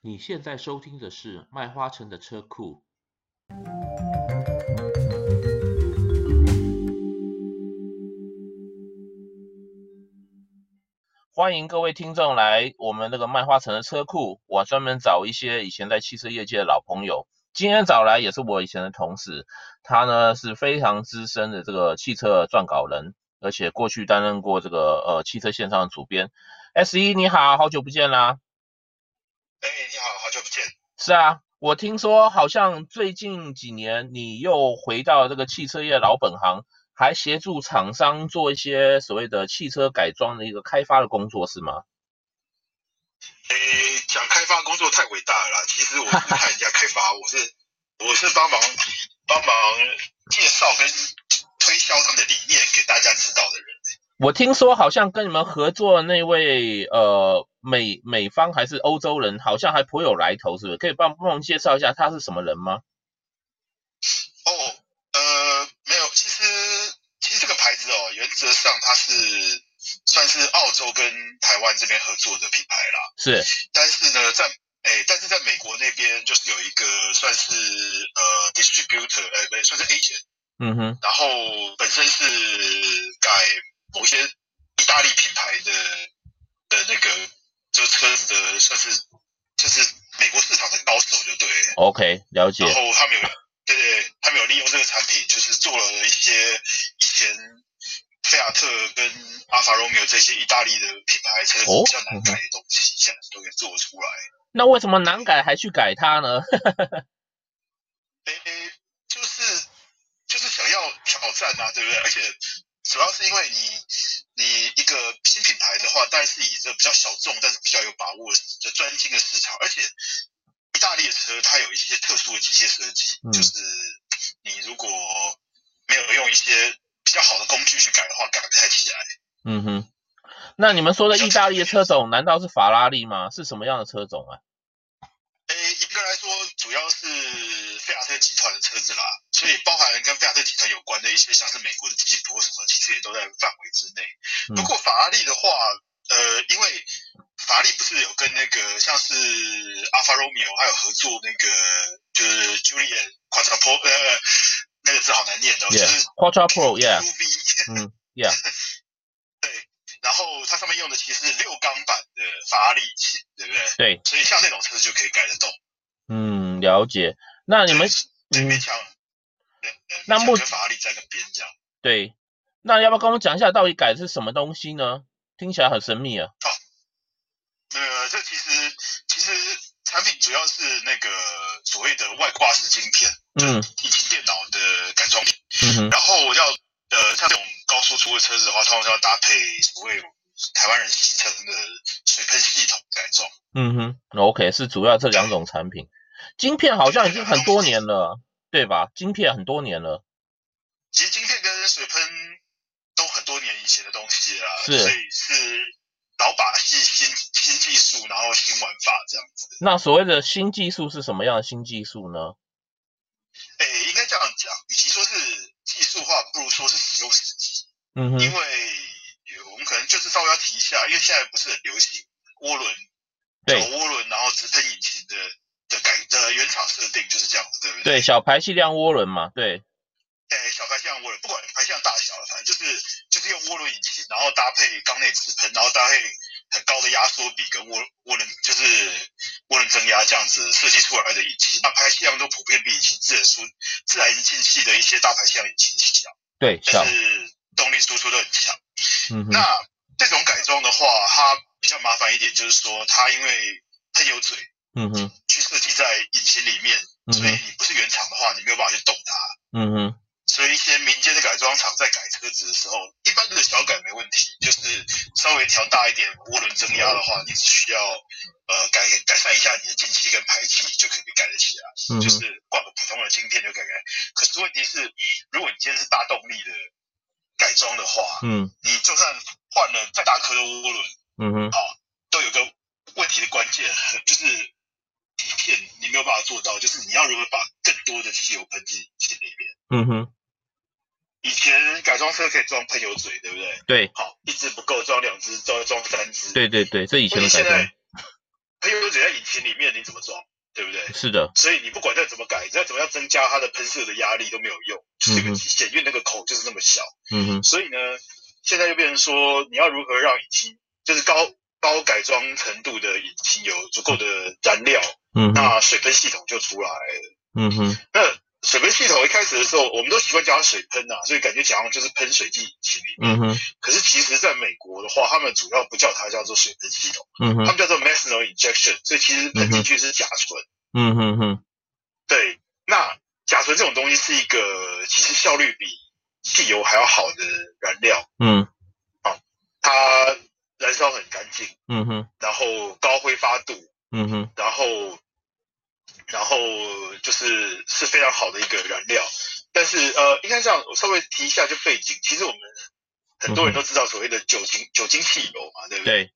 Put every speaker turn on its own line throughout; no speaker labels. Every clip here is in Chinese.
你现在收听的是《麦花臣的车库》。欢迎各位听众来我们那个麦花城的车库，我专门找一些以前在汽车业界的老朋友。今天找来也是我以前的同事，他呢是非常资深的这个汽车撰稿人，而且过去担任过这个呃汽车线上的主编。S 一你好，好久不见啦！
哎，你好，好久不见。
是啊，我听说好像最近几年你又回到这个汽车业老本行，还协助厂商做一些所谓的汽车改装的一个开发的工作，是吗？
哎，讲开发工作太伟大了啦，其实我不是看人家开发，我是我是帮忙帮忙介绍跟推销他们的理念给大家知道的人。
我听说好像跟你们合作的那位呃美美方还是欧洲人，好像还颇有来头，是不是？可以帮帮我们介绍一下他是什么人吗？
哦，呃，没有，其实其实这个牌子哦，原则上它是算是澳洲跟台湾这边合作的品牌啦。
是
但是呢，在哎，但是在美国那边就是有一个算是呃 distributor，哎，不是算是 agent。
嗯哼，
然后本身是改某些意大利品牌的的那个，就是车子的算是就是美国市场的高手就对了。
OK，了解
然，后他们有对对，他们有利用这个产品，就是做了一些以前菲亚特跟阿法罗密欧这些意大利的品牌车子
哦
比较难改的东西，现在都给做出来。
那为什么难改还去改它呢？
诶、就是就是想要挑战啊，对不对？而且主要是因为你你一个新品牌的话，当然是以这比较小众，但是比较有把握的专精的市场。而且意大利的车它有一些特殊的机械设计，
嗯
就是你如果没有用一些比较好的工具去改的话，改不太起来。
嗯哼，那你们说的意大利的车种难道是法拉利吗？是什么样的车种啊？
诶，严格来说，主要是菲亚特集团的车子啦，所以包含跟菲亚特集团有关的一些，像是美国的吉普或什么，其实也都在范围之内。
嗯
不过法拉利的话，呃，因为法拉利不是有跟那个像是阿法罗密欧还有合作那个就是 Julian Quattropo 呃，那个字好难念哦，就是
Yeah，Quattro Pro，Yeah，
QV，
嗯，Yeah，
然后它上面用的其实是六缸版的法拉利，对不对？
对，
所以像那种车子就可以改得动。
嗯，了解。那你们，
对
嗯
勉强，对对
那
勉强
目
跟法拉利在那边这样。
对，那要不要跟我讲一下到底改的是什么东西呢？听起来很神秘啊。
呃，这其实其实产品主要是那个所谓的外挂式晶片
嗯
以及电脑的改装品，
嗯哼，
然后要呃像这种高输出的车子的话，通常要搭配所谓台湾人戏称的水喷系统改装。
嗯哼，OK，是主要这两种产品。晶片好像已经很多年了，对吧？晶片很多年了。
其实晶片跟水喷都很多年以前的东西了啦，
是
所以是老把戏新新技术，然后新玩法这样子。
那所谓的新技术是什么样的新技术呢？
诶，应该这样讲，与其说是技术化，不如说是使用时机。
嗯哼，
因为呃我们可能就是稍微要提一下，因为现在不是很流行涡轮，
对
小涡轮然后直喷引擎的的改的原厂设定就是这样子，对不
对，
对？
小排气量涡轮嘛，对，
对，小排气量涡轮，不管排气量大小，反正就是就是用涡轮引擎，然后搭配缸内直喷，然后搭配很高的压缩比跟涡涡轮就是涡轮增压这样子设计出来的引擎，那排气量都普遍比引擎自然输自然引进器的一些大排气量引擎小，
对，小
但，是动力输出都很强。
嗯哼，
那这种改装的话，它比较麻烦一点，就是说它因为喷油嘴
嗯哼，
去设计在引擎里面，
嗯
所以
哼，
你不是原厂的话，你没有办法去动它。
嗯哼。
所以一些民间的改装厂在改车子的时候，一般的小改没问题，就是稍微调大一点涡轮增压的话，你只需要呃改改善一下你的进气跟排气就可以改得起来。
嗯
就
哼，
是挂个普通的晶片就可以改。可是问题是，如果你今天是大动力的改装的话，
嗯
你就算换了再大颗的涡轮，
嗯哼，
都有个问题的关键，就是底片你没有办法做到，就是你要如何把更多的汽油喷进引擎里面。
嗯哼，
以前改装车可以装喷油嘴，对不对？
对
好，一只不够，装两只，装装三只。
对对对，这以前
问
的改
题现
装
在，喷油嘴在引擎里面你怎么装，对不对？
是的，
所以你不管再怎么改，再怎么样增加它的喷射的压力都没有用，就是
嗯
个
哼
极限，因为那个口就是那么小。
嗯哼，
所以呢，现在就变成说，你要如何让引擎就是高高改装程度的引擎有足够的燃料，
嗯哼，
那水喷系统就出来了。
嗯哼，
那水喷系统一开始的时候，我们都习惯叫它水喷啊，所以感觉讲就是喷水进引擎里面。
嗯哼，
可是其实在美国的话，他们主要不叫它叫做水喷系统，
嗯
他
哼，
们叫做 methanol injection，所以其实喷进去是甲醇。
嗯哼哼，
对，那甲醇这种东西是一个其实效率比汽油还要好的燃料，
嗯
它燃烧很干净，
嗯哼，
然后高挥发度，
嗯哼，
然后然后就是是非常好的一个燃料。但是呃，应该这样，我稍微提一下就背景，其实我们很多人都知道所谓的酒精酒精汽油嘛，对不对？
对，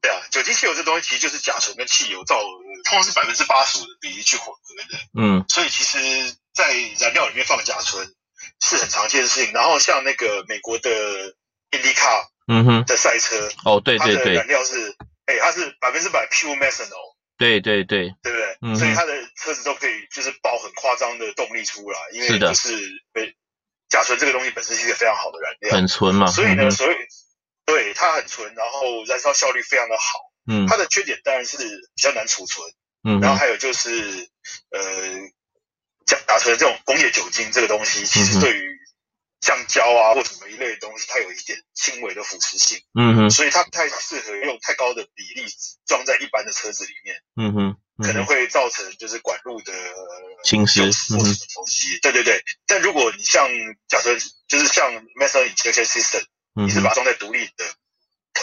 对啊，酒精汽油这东西其实就是甲醇跟汽油造，通常是百分之八十五的比例去混合的。
嗯
所以其实，在燃料里面放甲醇是很常见的事情。然后像那个美国的 IndyCar
嗯哼，
的赛车，
哦，对
它
对
的燃
对
料是，哎、它是百分之百 pure methanol，
对对对，
对不对？
嗯哼
所以它的车子都可以就是爆很夸张的动力出来，因
是
为
的
就是被甲醇这个东西本身是一个非常好的燃料，
很纯嘛，
所以呢，
嗯哼
所以对它很纯，然后燃烧效率非常的好。
嗯
它的缺点当然是比较难储存。
嗯
然后
哼，
还有就是，呃，甲甲醇这种工业酒精这个东西，
嗯
其
哼
实对于橡胶啊或什么一类的东西，它有一点轻微的腐蚀性，
嗯哼，
所以它不太适合用太高的比例装在一般的车子里面，
嗯哼，
可能
嗯哼
会造成就是管路的
侵蚀
有
嗯
或
哼
什么东西。对对对，但如果你像甲醇，就是像 methanol injection system，
嗯
你是
哼
把它装在独立的。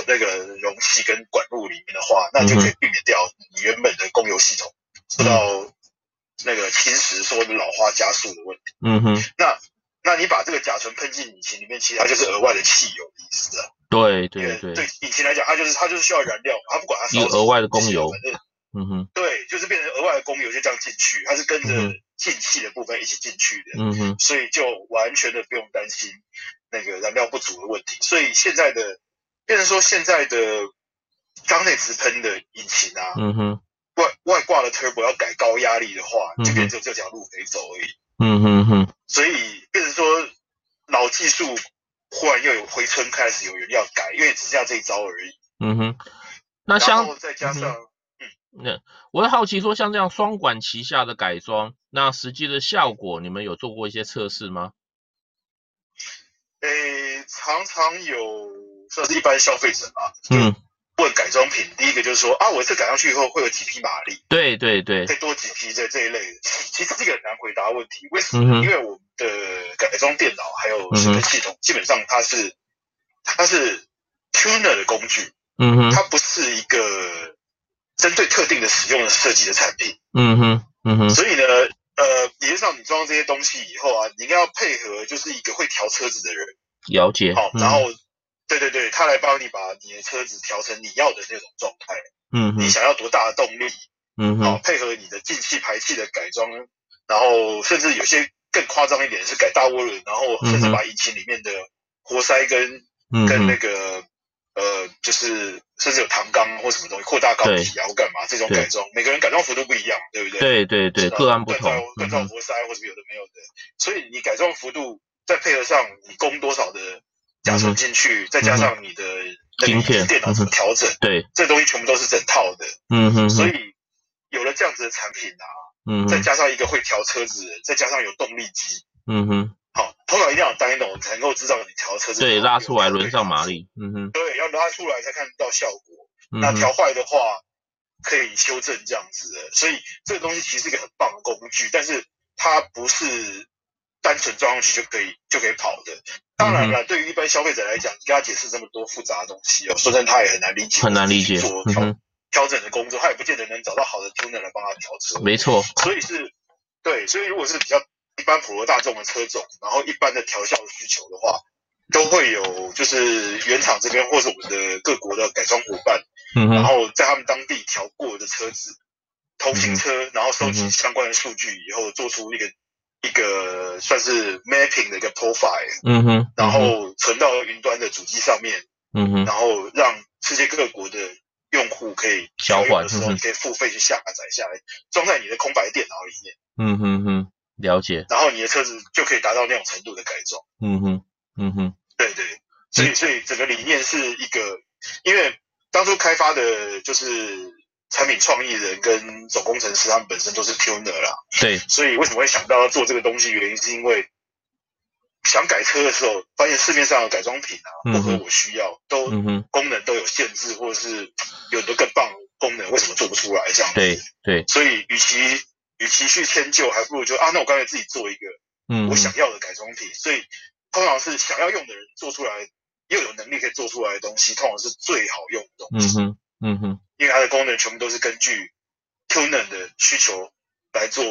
那个容器跟管路里面的话，那
嗯
就可以避免掉你原本的供油系统受到那个侵蚀说老化加速的问题。
嗯哼，
那你把这个甲醇喷进引擎里面，其实它就是额外的汽油的意思啊。
对
因
对
为
对，
对引擎来讲，它就是它就是需要燃料嘛，它不管它烧
有
什么
额外的供油
反正
嗯哼，
对，就是变成额外的供油就这样进去，它是跟着
嗯哼
进气的部分一起进去的。
嗯哼，
所以就完全的不用担心那个燃料不足的问题。所以现在的，变成说现在的缸内直喷的引擎啊，
嗯哼，
外外挂的 turbo 要改高压力的话，
嗯哼
就变成这条路可以走而已。
嗯哼哼，
所以变成说老技术忽然又有回春，开始有人要改，因为只剩下这一招而已。
嗯哼，那
然
像
后再加上、
嗯那我好奇说，像这样双管齐下的改装，那实际的效果你们有做过一些测试吗？
诶，常常有算是一般消费者啊，
嗯，
问改装品，第一个就是说啊，我这改上去以后会有几匹马力。
对对对
可，以多几批这这一类的。其实这个很难回答问题，为什
嗯
么？
哼嗯
因为我们的改装电脑还有水分系统，基本上它是它是 tuner 的工具，
嗯哼，
它不是一个针对特定的使用的设计的产品。
嗯哼，嗯哼，
所以呢，呃，理论上你装这些东西以后啊，你应该要配合就是一个会调车子的人，
了解。
好、
嗯
哦然后。对对对，他来帮你把你的车子调成你要的那种状态，
嗯
你
哼，
想要多大的动力，
嗯
好、
哼，
配合你的进气排气的改装，然后甚至有些更夸张一点是改大涡轮，然后甚至把引擎里面的活塞跟、
嗯
跟那
哼，
个呃，就是甚至有唐缸或什么东西扩大缸体啊，或干嘛这种
对
改装，每个人改装幅度不一样，对不对？
对对对，
然后
个案不
锻
同
造。锻
嗯
造
哼，
活塞或者有的没有的，所以你改装幅度再配合上你供多少的
嗯
甲
哼
醇进去，再加上你的那
晶
个
片
电脑怎么
嗯哼
调整，
对，
这东西全部都是整套的。
嗯哼，
所
哼，
以有了这样子的产品啊，
嗯
再
哼，
加上一个会调车子的人，再加上有动力机，
嗯哼，
好，头脑一定要有单动，才能够知道你调车子
对，拉出来
有没有
轮上马，力。嗯哼，
对，要拉出来才看得到效果。
嗯
那调
哼，
坏的话，可以修正这样子的。所以这个东西其实是一个很棒的工具，但是它不是单纯装上去就可以就可以跑的。当
嗯
然了，对于一般消费者来讲，你跟他解释这么多复杂的东西哦，说真的他也很难理解，
很难理解。
做
嗯
调
哼，
调整的工作，他也不见得能找到好的 tuner 来帮他调车。
没错。
所以是，对，所以如果是比较一般普罗大众的车种，然后一般的调校需求的话，都会有就是原厂这边或是我们的各国的改装伙伴，
嗯
然
哼，
后在他们当地调过的车子，同型车，然后收
嗯
集
哼
相关的数据以后，做出一个一个算是 mapping 的一个 profile，
嗯哼，
然后存到云端的主机上面，
嗯哼，
然后让世界各国的用户可以
交换
使用的时
嗯
候，
哼
你可以付费去下载下来，装在你的空白电脑里面，
嗯哼哼，了解，
然后你的车子就可以达到那种程度的改装。
嗯哼，嗯哼，
对对，所以所以整个理念是一个，因为当初开发的就是产品创意人跟总工程师，他们本身都是 tuner 啦，
对，
所以为什么会想到要做这个东西，原因是因为想改车的时候，发现市面上的改装品啊
嗯
不
哼
合我需要，都
嗯哼，
功能都有限制，或者是有很多更棒的功能，为什么做不出来这样？
对，对，
所以与其与其去迁就，还不如就啊，那我干脆自己做一个
嗯
我
哼，
想要的改装品。所以通常是想要用的人做出来，又有能力可以做出来的东西，通常是最好用的东
嗯
西，
哼，嗯哼，
因为它的功能全部都是根据 tuner 的需求来做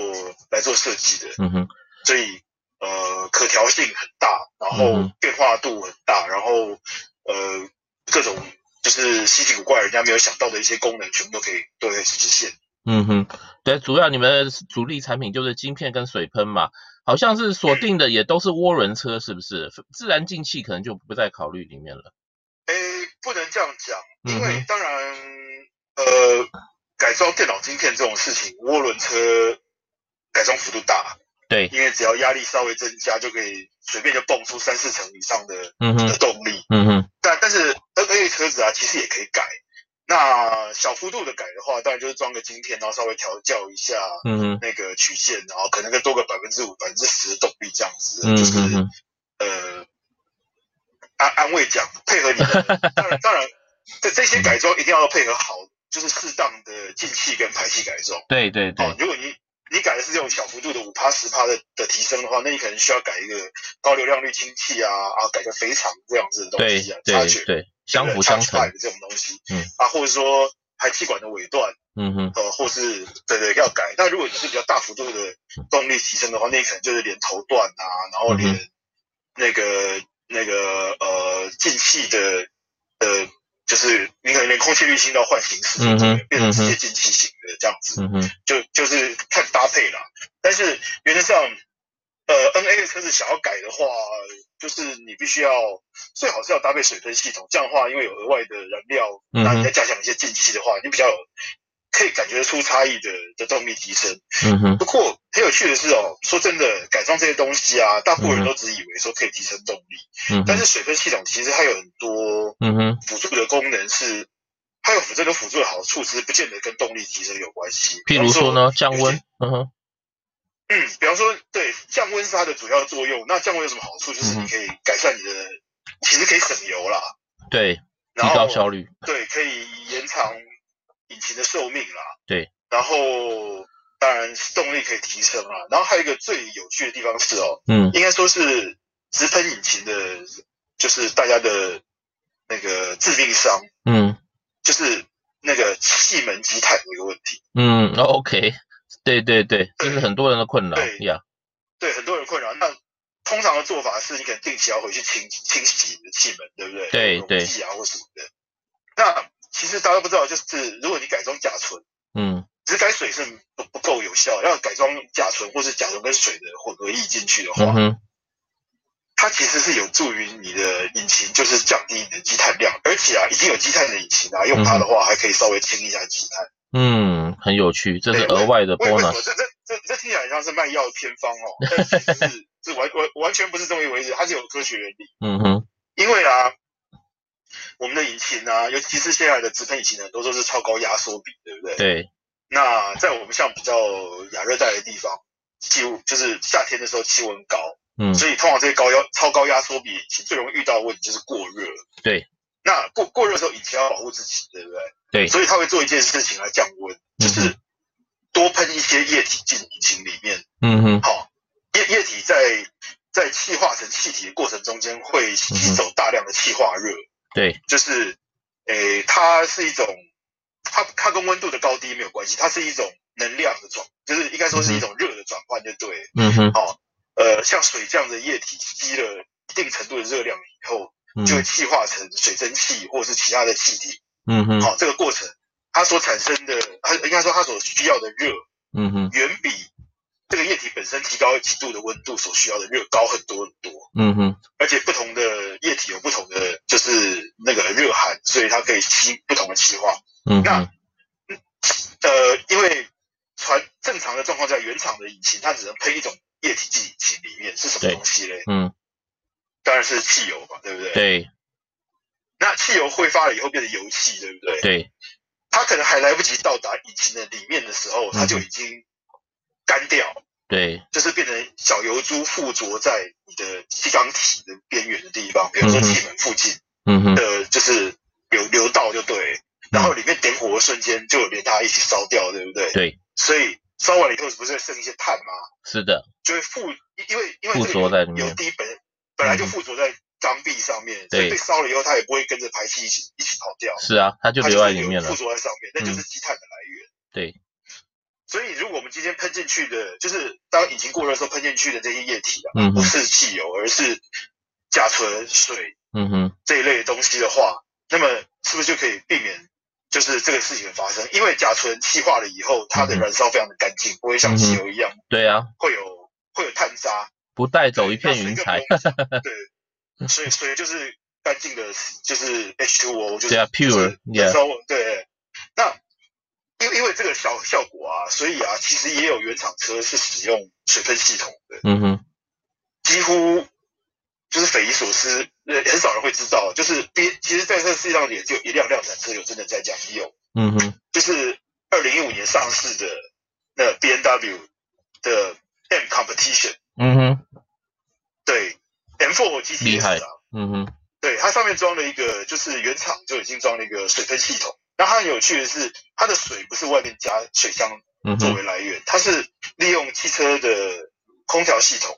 来做设计的，
嗯哼，
所以呃可调性很大，然
嗯
后
哼
变化度很大，然后呃各种。就是稀奇古怪，人家没有想到的一些功能，全部都可以都可以实现。
嗯哼，对，主要你们的主力产品就是晶片跟水喷嘛，好像是锁定的也都是涡轮车，是不是？自然进气可能就不在考虑里面了。
诶，不能这样讲，因
嗯
为
哼
当然，呃，改装电脑晶片这种事情，涡轮车改装幅度大，
对，
因为只要压力稍微增加，就可以随便就蹦出三四成以上的
嗯
的
哼，
动力。
嗯哼，
但但是 N A 车子啊，其实也可以改。那小幅度的改的话，当然就是装个晶片，然后稍微调教一下
嗯哼，
那个曲线，然后可能再多个百分之五、百分之十的动力这样子，
嗯
就是
哼哼，
呃安安慰奖，配合你 的。当然，当然，这这些改装一定要配合好，就是适当的进气跟排气改装。
对对
哦
对，，
如果你你改的是这种小幅度的五趴十趴的的提升的话，那你可能需要改一个高流量滤清器啊啊，改个肥肠这样子的东
对
西啊，插
对
卷
对，相
对
辅
不对
相
touch
成
pipe，这种东西，
嗯
啊，或者说排气管的尾段，
嗯哼，
呃，或是对对要改。那如果你是比较大幅度的动力提升的话，那你可能就是连头段啊，然后连
嗯
那个、那个呃进气的呃，就是你可能连空气滤芯都要换形式，
嗯哼
变成直接
嗯
进气型的这样子，
嗯哼，
就就是看搭配啦。但是原则上，呃，N A 的车子想要改的话，就是你必须要最好是要搭配水喷系统，这样的话，因为有额外的燃料，
嗯哼
那你再加强一些进气的话，你比较有可以感觉得出差异的的动力提升。
嗯哼，
不过很有趣的是哦，说真的，改装这些东西啊，大部
嗯
分
哼
人都只以为说可以提升动力，
嗯
但
哼，
是水喷系统其实它有很多
嗯哼，
辅助的功能是，它有辅助的辅助的好处，只是不见得跟动力提升有关系。
譬如说呢，降温，嗯哼，
嗯，比方说，对降温是它的主要作用。那降温有什么好处？就是
嗯哼
你可以改善你的，其实可以省油啦，
对，提
然
高
后
效率，
对，可以延长引擎的寿命啦。
对，
然后当然动力可以提升啦。然后还有一个最有趣的地方是哦，
嗯
应该说是直喷引擎的，就是大家的那个致命伤，
嗯
就是那个气门积碳的一个问题。
嗯哦，OK，对对对，这是很多人的困扰
对
呀，
对很多人困扰。那通常的做法是你可能定期要回去清清洗你的气门，对不对？
对
溶
对
剂啊或什么的。那其实大家都不知道，就是如果你改装甲醇，
嗯
只改水是不不够有效，要改装甲醇或是甲醇跟水的混合液进去的话，
嗯哼，
它其实是有助于你的引擎，就是降低你的积碳量。而且啊，已经有积碳的引擎啊，用它的话还可以稍微清一下积碳。
嗯，很有趣，这是
对
额外的
为为什
bonus，
么这这这这听起来很像是卖药的偏方哦？但其实是是完完完全不是这么一回事，它是有科学原理。
嗯哼，
因为啊，我们的引擎啊，尤其是现在的直喷引擎，很多都是超高压缩比，对不对？
对，
那在我们像比较亚热带的地方，气温就是夏天的时候气温高，
嗯
所以通常这些高压超高压缩比引擎最容易遇到的问题就是过热。
对。
那过过热的时候，引擎要保护自己，对不对？
对嗯
所以他会做一件事情来降温，就是多喷一些液体进引擎里面。
嗯哼，
好、液液体在在气化成气体的过程中间会吸走大量的气化热，
嗯对，
就是，诶、它是一种，它它跟温度的高低没有关系，它是一种能量的转，就是应该说是一种热的转换，就对了。
嗯哼，
好、呃，像水这样的液体吸了一定程度的热量以后，
嗯
就会气化成水蒸气或者是其他的气体。
嗯哼，
好、这个过程它所产生的，它应该说它所需要的热
嗯哼，
远比这个液体本身提高几度的温度所需要的热高很多很多，
嗯哼，
而且不同的液体有不同的就是那个热含，所以它可以吸不同的气化。
嗯
那
哼，
呃，因为传正常的状况下，原厂的引擎它只能喷一种液体进引擎里面，是什么
对
东西嘞？
嗯，
当然是汽油嘛，对不对？。
对
那汽油挥发了以后变成油气，对不对？。
对，
它可能还来不及到达引擎的里面的时候，它就
嗯
已经干掉，
对，
就是变成小油珠附着在你的气缸体的边缘的地方，比如说
嗯哼
气门附近
嗯哼，
的，就是流流道就对了。然后里面点火的瞬间就有连它一起烧掉，对不对？
对，
所以烧完了以后，不是会剩一些碳吗？
是的，
就会附，因为因为
附
这个
着在里面嗯
油滴本本来就附着在缸壁上面，所
对
以被烧了以后，它也不会跟着排气一起一起跑掉，
是啊，它就
它
留
是
在里面了
附，着在上面，那就是
嗯
积碳的来源。
对，
所以如果我们今天喷进去的，就是当引擎过热的时候喷进去的这些液体啊，
嗯
不
哼，
是汽油，而是甲醇、水
嗯哼，
这一类的东西的话，那么是不是就可以避免？就是这个事情的发生，因为甲醇气化了以后，它的
嗯哼嗯
燃烧非常的干净，不会像汽油一样
对啊，
会有会有碳渣，
不带走
对
一片云彩，。
那水更 不用对，所以所以就是干净的，就是 H2O，就是
对啊
就是
pure，yeah
燃烧对。那因为因为这个效效果啊，所以啊，其实也有原厂车是使用水喷系统的，
嗯哼，
几乎就是匪夷所思，呃，很少人会知道，就是别其实在这世界上也就一辆量产车有真的在这样用，
嗯哼，
就是二零一五年上市的那 B N W 的 M Competition，
嗯哼，
对 M4 G T
厉
S
害
啊，
嗯哼，
对，它上面装了一个，就是原厂就已经装了一个水喷系统。那它很有趣的是，它的水不是外面加水箱
嗯
作
哼，
为来源，它是利用汽车的空调系统，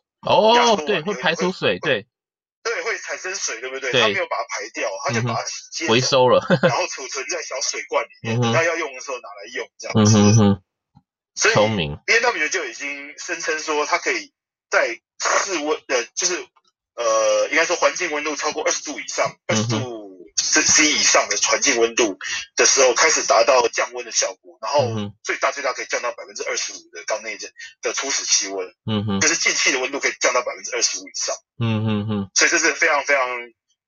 压缩
哦，
完
对，
有
会
一
排
会
出水，对，
对，会产生水，对不对？
对嗯
它没有把它排掉，它就把它接
回
走，
收了，
然后储存在小水罐里面，
嗯哼
等它要用的时候拿来用，这样
嗯
子。
哼哼，
所以
聪明，
B N W 就已经声称说，它可以在室温呃，就是呃，应该说环境温度超过二十度以上，二
嗯
十
哼
度 C C 以上的环境温度的时候，开始达到降温的效果，
嗯
然后
哼，
最大最大可以降到百分之二十五的缸内的的初始气温，
嗯哼
就，是进气的温度可以降到百分之二十五以上，
嗯哼哼，
所以这是非常非常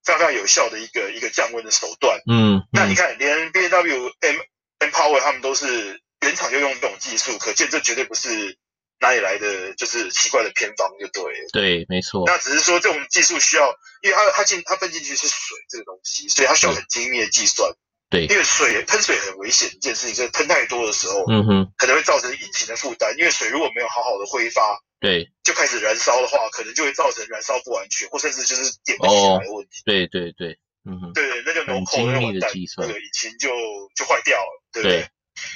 非常非常有效的一个一个降温的手段。
嗯
那你
嗯，
看，连 B N W、M M Power 他们都是原厂就用这种技术，可见这绝对不是哪里来的，就是奇怪的偏方就对了。
对，没错，
那只是说这种技术需要，因为它它进它喷进去是水这个东西，所以
嗯
它需要很精密的计算。
对
因，为水喷水很危险的一件事情，就是喷太多的时候
嗯哼，
可能会造成引擎的负担，因为水如果没有好好的挥发。
对
就开始燃烧的话，可能就会造成燃烧不完全，或甚至就是点不起来的问题。
对对对，嗯哼，
对对，那就
很精
no call，那就
密
完
的
蛋
计，算
那个引擎就就坏掉了，对不对？
对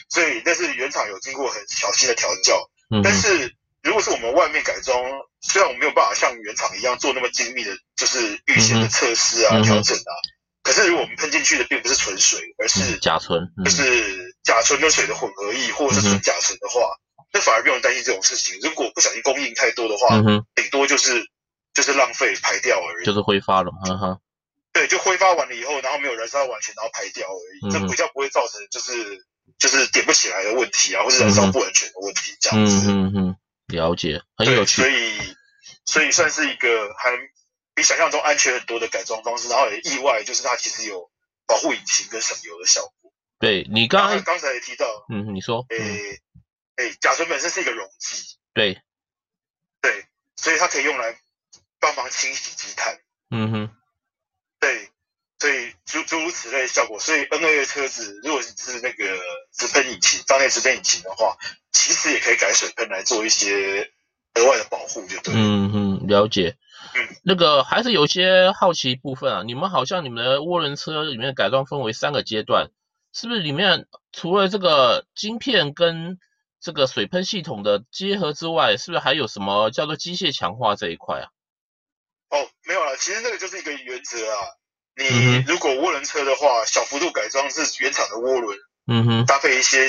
所以那是原厂有经过很小心的调教，
嗯
但
哼，
是如果是我们外面改装，虽然我们没有办法像原厂一样做那么精密的，就是预先的
嗯哼
测试啊、
嗯哼
调整啊，可是如果我们喷进去的并不是纯水，而是
嗯甲醇，嗯
就，是甲醇跟水的混合液，或者是
嗯
纯
哼
甲醇的话，那反而不用担心这种事情。如果不小心供应太多的话，
嗯哼，
顶多就是就是浪费排掉而已
就。是挥发了，哈哈，
对，就挥发完了以后，然后没有燃烧完全，然后排掉而
嗯
已，
哼
这比较不会造成就是就是点不起来的问题啊，或者燃烧不完全的问题这样
嗯
子。
哼哼，了解，很有
对，
趣
所，以所以算是一个还比想象中安全很多的改装方式，然后也意外就是它其实有保护引擎跟省油的效果。
对你
然
刚
后
刚，
刚才也提到，
嗯，你说，嗯，
诶诶，甲醇本身是一个溶剂，
对，
对，所以它可以用来帮忙清洗积碳。
嗯哼，
对，所以诸诸如此类的效果，所以 N A 的车子如果是那个直喷引擎，缸内直喷引擎的话，其实也可以改水喷来做一些额外的保护，就对了。
嗯哼，了解
嗯。
那个还是有些好奇部分啊，你们好像你们的涡轮车里面的改装分为三个阶段，是不是里面除了这个晶片跟这个水喷系统的结合之外，是不是还有什么叫做机械强化这一块啊？
哦，没有了，其实那个就是一个原则啊。你
嗯
如果涡轮车的话，小幅度改装是原厂的涡轮，
嗯哼，
搭配一些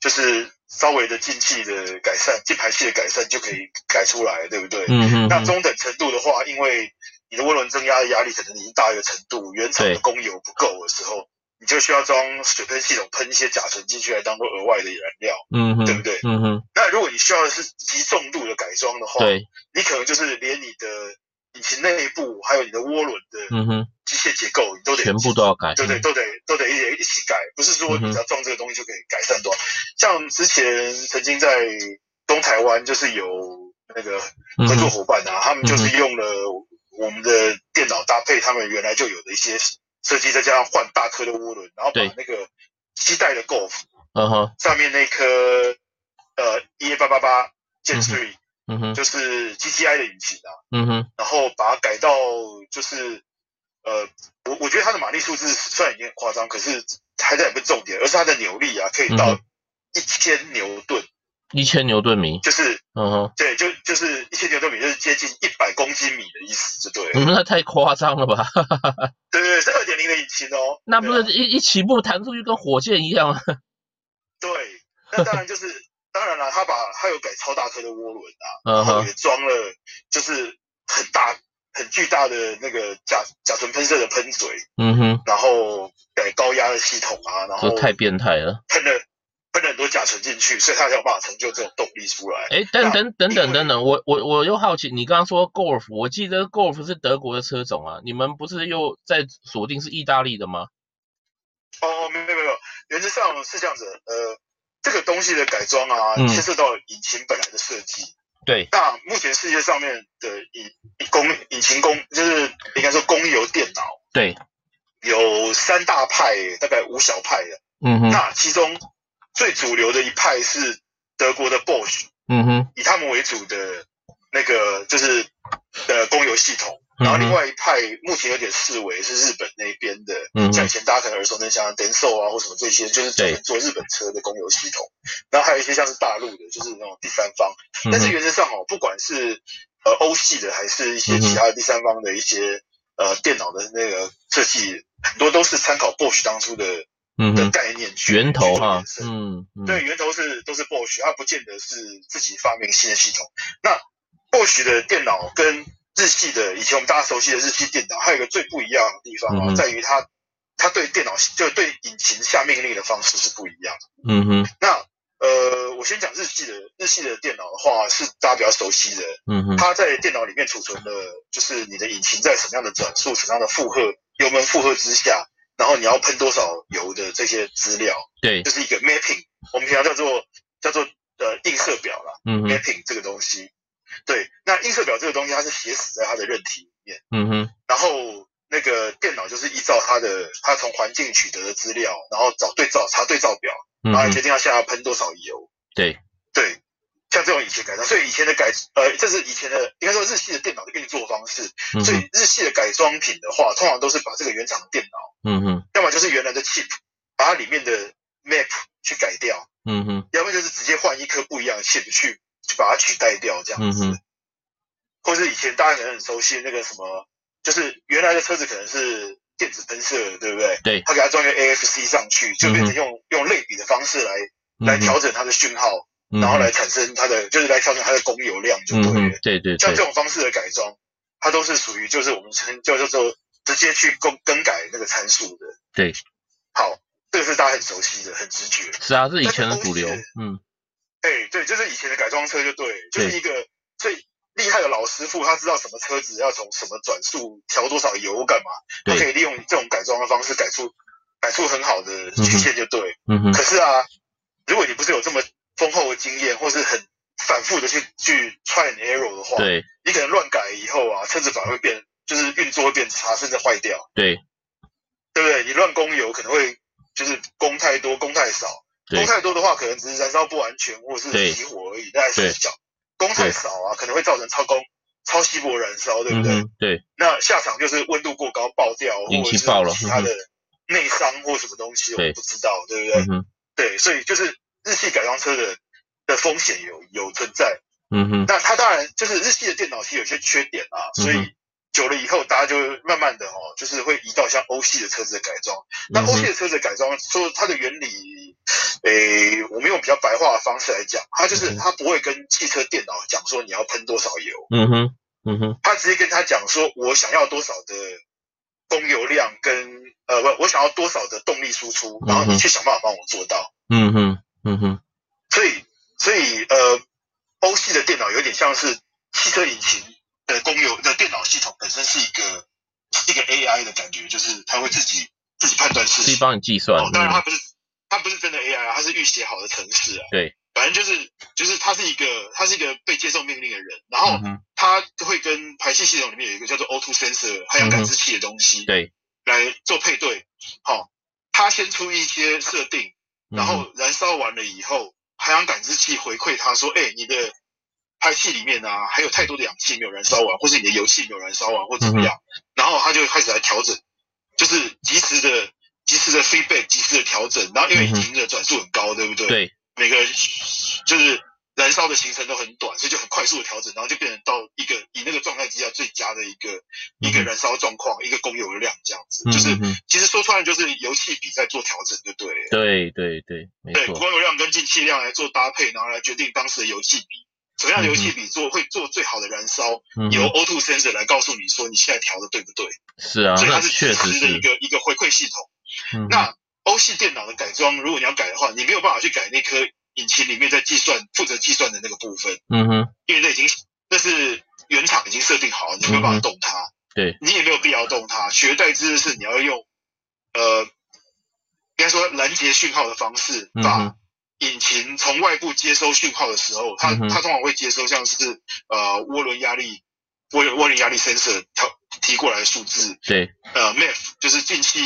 就是稍微的进气的改善、进排气的改善就可以改出来，对不对？
嗯哼
那
哼，
中等程度的话，因为你的涡轮增压的压力可能已经大于程度，原厂的
对
供油不够的时候，你就需要装水喷系统喷一些甲醇进去来当做额外的燃料。
嗯哼，
对不对哦
嗯哼，
那如果你需要的是极重度的改装的话，
对，
你可能就是连你的引擎内部还有你的涡轮的
嗯哼，
机械结构，你都得
全部都要改。
对对，都得都得一起一起改，不是说你只要撞这个东西就可以改善多少。像之前曾经在东台湾，就是有那个
嗯
合
哼
作伙伴啊，他们就是用了我们的电脑搭配他们原来就有的一些设计，再加上换大颗的涡轮，然后把
对
那个七代的 Golf
嗯哼，
上面那颗呃 EA 八八八 Gen Three，、
嗯哼，
就是 GTI 的引擎啊，
嗯哼，
然后把它改到就是呃，我我觉得它的马力数字虽然已经很夸张，可是还在不是重点，而是它的扭力啊可以
嗯
到一千牛顿，
一千牛顿米。
就是
嗯哼，
对，就就是一千牛顿米，就是接近一百公斤米的意思，就对了。
你们那太夸张了吧？
对啊对对，是二点零的引擎哦。
那不
对啊
是一一起步弹出去跟火箭一样吗？啊
对，那当然就是当然了，他把他有改超大颗的涡轮啊，
嗯
然后
哼，
也装了就是很大很巨大的那个甲甲醇喷射的喷嘴，
嗯哼，
然后改高压的系统啊，然后
这太变态了。
喷了喷了很多甲醇进去，所以他才有办法成就这种动力出来。
哎，等
那
等等等
因为
等等，我我我又好奇，你刚刚说 Golf，我记得 Golf 是德国的车种啊，你们不是又在锁定是意大利的吗？
哦，没有没有没有，原则上是这样子，呃，这个东西的改装啊，
嗯
牵涉到引擎本来的设计。
对，
那目前世界上面的引引供引擎供就是应该说供油电脑
对，
有三大派，大概五小派的。
嗯哼，
那其中最主流的一派是德国的 Bosch，
嗯哼，
以他们为主的那个就是呃供油系统。然后
嗯
另
哼，
外一派目前有点视为是日本那边的，
嗯
像以
哼，
前大家可能耳熟能详的 Denso 啊或什么这些，就是专门做日本车的供油系统。然后还有一些像是大陆的，就是那种第三方。
嗯
但是
哼，
原则上哦，不管是呃欧系的，还是一些其他
嗯
的第三方的一些、呃电脑的那个设计，很多都是参考 Bosch 当初的
嗯
的
哼，
概念去
源头哈
去，做延伸
嗯，嗯
对，，源头是都是 Bosch，它不见得是自己发明新的系统。那 Bosch 的电脑跟日系的以前我们大家熟悉的日系电脑，还有一个最不一样的地方
嗯
啊，
哼
在于它它对电脑就对引擎下命令的方式是不一样的。
嗯哼，
那呃，我先讲日系的日系的电脑的话，是大家比较熟悉的，
嗯哼，
它在电脑里面储存的，就是你的引擎在什么样的转速、什么样的负荷、油门负荷之下，然后你要喷多少油的这些资料，
对
就，是一个 mapping，我们平常叫做叫做呃映射表啦、
嗯
m a
哼，
p p i n g 这个东西。对，那映射表这个东西它是写死在它的韧体里面，
嗯哼，
然后那个电脑就是依照它的它从环境取得的资料，然后找对照查对照表，
嗯
然后来
哼，
决定要下要喷多少油。
嗯对，
对，像这种以前改造，所以以前的改呃，这是以前的应该说日系的电脑的运作方式。
嗯
所
哼，
以日系的改装品的话，通常都是把这个原厂的电脑，
嗯哼，
要么就是原来的 chip，把它里面的 map 去改掉，
嗯哼，
要么就是直接换一颗不一样的 chip 去去把它取代掉这样子。
嗯哼
或是以前大家可能很熟悉的那个什么，就是原来的车子可能是电子喷射的，对不对？
对嗯
它给它装一个 AFC 上去，就变成用、用类比的方式来来调整它的讯号。
嗯哼，
然后来产生它的，就是来调整它的供油量就
嗯
对
哼
了。，
对对
像
对
这，种方式的改装，它都是属于就是我们称叫叫做直接去更更改那个参数的。
对，
好，这个是大家很熟悉的，很直觉。
是啊，是以前的主流
但是欧系，
嗯
哎，对，就是以前的改装车就对了，就是
对
一个最厉害的老师傅，他知道什么车子要从什么转速调多少油干嘛，他
对
可以利用这种改装的方式改出改出很好的曲线就对了。
嗯哼，
可是啊，如果你不是有这么丰厚的经验，或是很反复的去去 try and error 的话，
对
你可能乱改以后啊，车子反而会变，就是运作会变差，甚至坏掉，
对
对不对？你乱供油可能会就是供太多，供太少，供
对，
太多的话可能只是燃烧不完全或是
对
熄火而已，那还是
对
小。供太少啊，可能会造成超供、超稀薄燃烧，对不
嗯
对？
哼，对，
那下场就是温度过高爆掉，或
引
者
起
是
爆了
其他
嗯哼
的内伤或什么东西，我
对
们不知道，对不对？
嗯哼，
对，所以就是日系改装车的的风险有有存在。
嗯哼，
那它当然就是日系的电脑其实有些缺点啊，所
嗯
以久了以后，大家就慢慢的哦，就是会移到像欧系的车子的改装。那
嗯
欧系
哼，
的车子的改装，说它的原理，诶，我们用比较白话的方式来讲，它就是
嗯哼
它不会跟汽车电脑讲说你要喷多少油，
嗯哼，嗯哼，
它直接跟他讲说我想要多少的供油量跟呃不，我想要多少的动力输出，然后
嗯
你
哼
去想办法帮我做到。
嗯哼，嗯哼，
所以所以呃，欧系的电脑有点像是汽车引擎的公有的电脑系统本身是一个一个 AI 的感觉，就是它会自己自己判断事
自己
情。
帮你计算，
哦，当然它
嗯，
不是它不是真的 AI 啊，它是预写好的程式啊。
对，
反正就是就是他是一个他是一个被接受命令的人，然后
嗯哼，
他会跟排气系统里面有一个叫做 O2 sensor 太阳感知器的东西，
嗯对，
来做配对。好、他先出一些设定，
嗯
然
哼
后燃烧完了以后，海洋感知器回馈他说：“哎、你的排气里面啊，还有太多的氧气没有燃烧完，或是你的油气没有燃烧完，或
嗯
怎么样。然后他就开始来调整，就是及时的、及时的 feedback，及时的调整。然后因为
嗯哼
你停的转速很高，对不对？
对，
每个就是燃烧的行程都很短，所以就很快速的调整，然后就变成到一个以那个状态之下最佳的一个、一个
嗯哼
燃烧状况，一个供油量这样子。
嗯
就是
嗯哼
其实说穿了就是油气比在做调整，就对了。
对对对，没
对，
错，
光油量跟进气量来做搭配，然后来决定当时的油气比，什么样的油气比做、会做最好的燃烧，
嗯
由
哼，
O2 sensor 来告诉你说你现在调的对不对，
是啊，
所以
那
它是
确
及
实
时的一
是，
个一个回馈系统。
嗯哼
那欧系电脑的改装，如果你要改的话，你没有办法去改那颗引擎里面在计算负责计算的那个部分，
嗯哼，
因为那已经那是原厂已经设定好，你没有办法动它。
嗯对，
你也没有必要动它。取而代之的是你要用呃，应该说拦截讯号的方式，
嗯
把
哼，
引擎从外部接收讯号的时候，它
嗯哼
它通常会接收像是呃涡轮压力。涡轮涡轮压力 sensor 它提过来的数字，
对，
呃 MAF 就是进气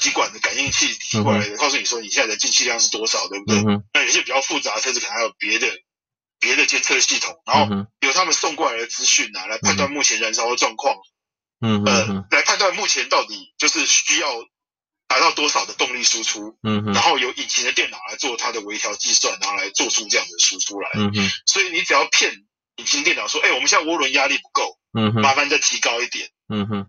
气管的感应器提过来的，告诉你说你现在的进气量是多少，对不对？
嗯哼，
那有些比较复杂，甚至可能还有别的别的监测系统，然
嗯
后
哼，
由他们送过来的资讯啊，来判断目前燃烧的状况，
嗯哼，
呃，来判断目前到底就是需要达到多少的动力输出，
嗯哼
然，后由引擎的电脑来做它的微调计算，然后来做出这样的输出来。
嗯哼，
所以你只要骗引擎电脑说，哎、我们现在涡轮压力不够，
嗯哼，
麻烦再提高一点。
嗯哼，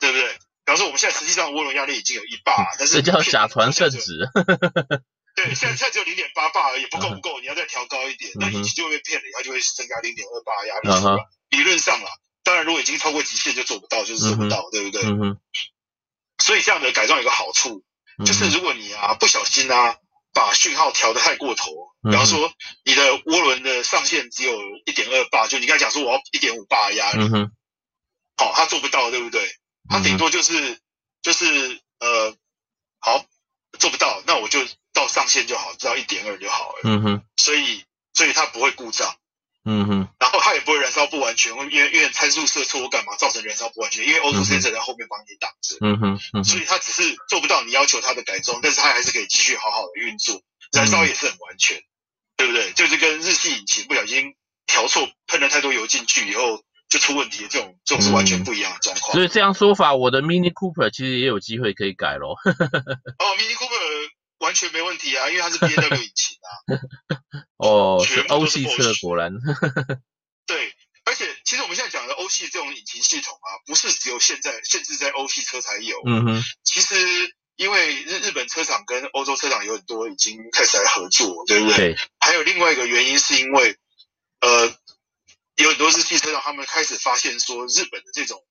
对不对？比方说我们现在实际上涡轮压力已经有一坝，但是
这叫假传圣
现在只有
旨，
对，现在现在只有零点八坝而已，不够
嗯哼
不够，你要再调高一点，那
嗯哼
引擎就会被骗了，它就会增加零点二八压力
嗯
出来
哼。
理论上啦，当然如果已经超过极限就做不到，就是做不到，对不对？
嗯哼，
所以这样的改装有个好处，
嗯
就是
哼
如果你啊不小心啊把讯号调得太过头，
嗯哼
比方说你的涡轮的上限只有一点二坝，就你刚才讲说我要一点五坝压力，
嗯哼，
好、他做不到，对不对？他
嗯
顶多就是、就是呃，好做不到，那我就到上限就好，到一点二就好了。
嗯哼，
所以所以它不会故障，
嗯哼，
然后它也不会燃烧不完全，因为因为参数设错或干嘛造成燃烧不完全，因为 O2
嗯哼
sensor 在后面帮你挡着，
嗯哼，嗯
所
哼，
以它只是做不到你要求它的改装，但是它还是可以继续好好的运
嗯
作，燃烧也是很完全，对不对？就是跟日系引擎不小心调错喷了太多油进去以后就出问题的这种，这种是完
嗯
全不一样的状况。
所以这样说法，我的 Mini Cooper 其实也有机会可以改咯。
哦，Mini Cooper 完全没问题啊，因为它是 B N W 引擎啊。
哦，是
全部都
欧
是
系
Bosch
车果然，
对，而且其实我们现在讲的欧系这种引擎系统啊，不是只有现在限制在欧系车才有。
嗯哼，
其实因为日日本车厂跟欧洲车厂有很多已经开始来合作，对不对？
对，
还有另外一个原因是因为，呃，有很多日系车厂他们开始发现说，日本的这种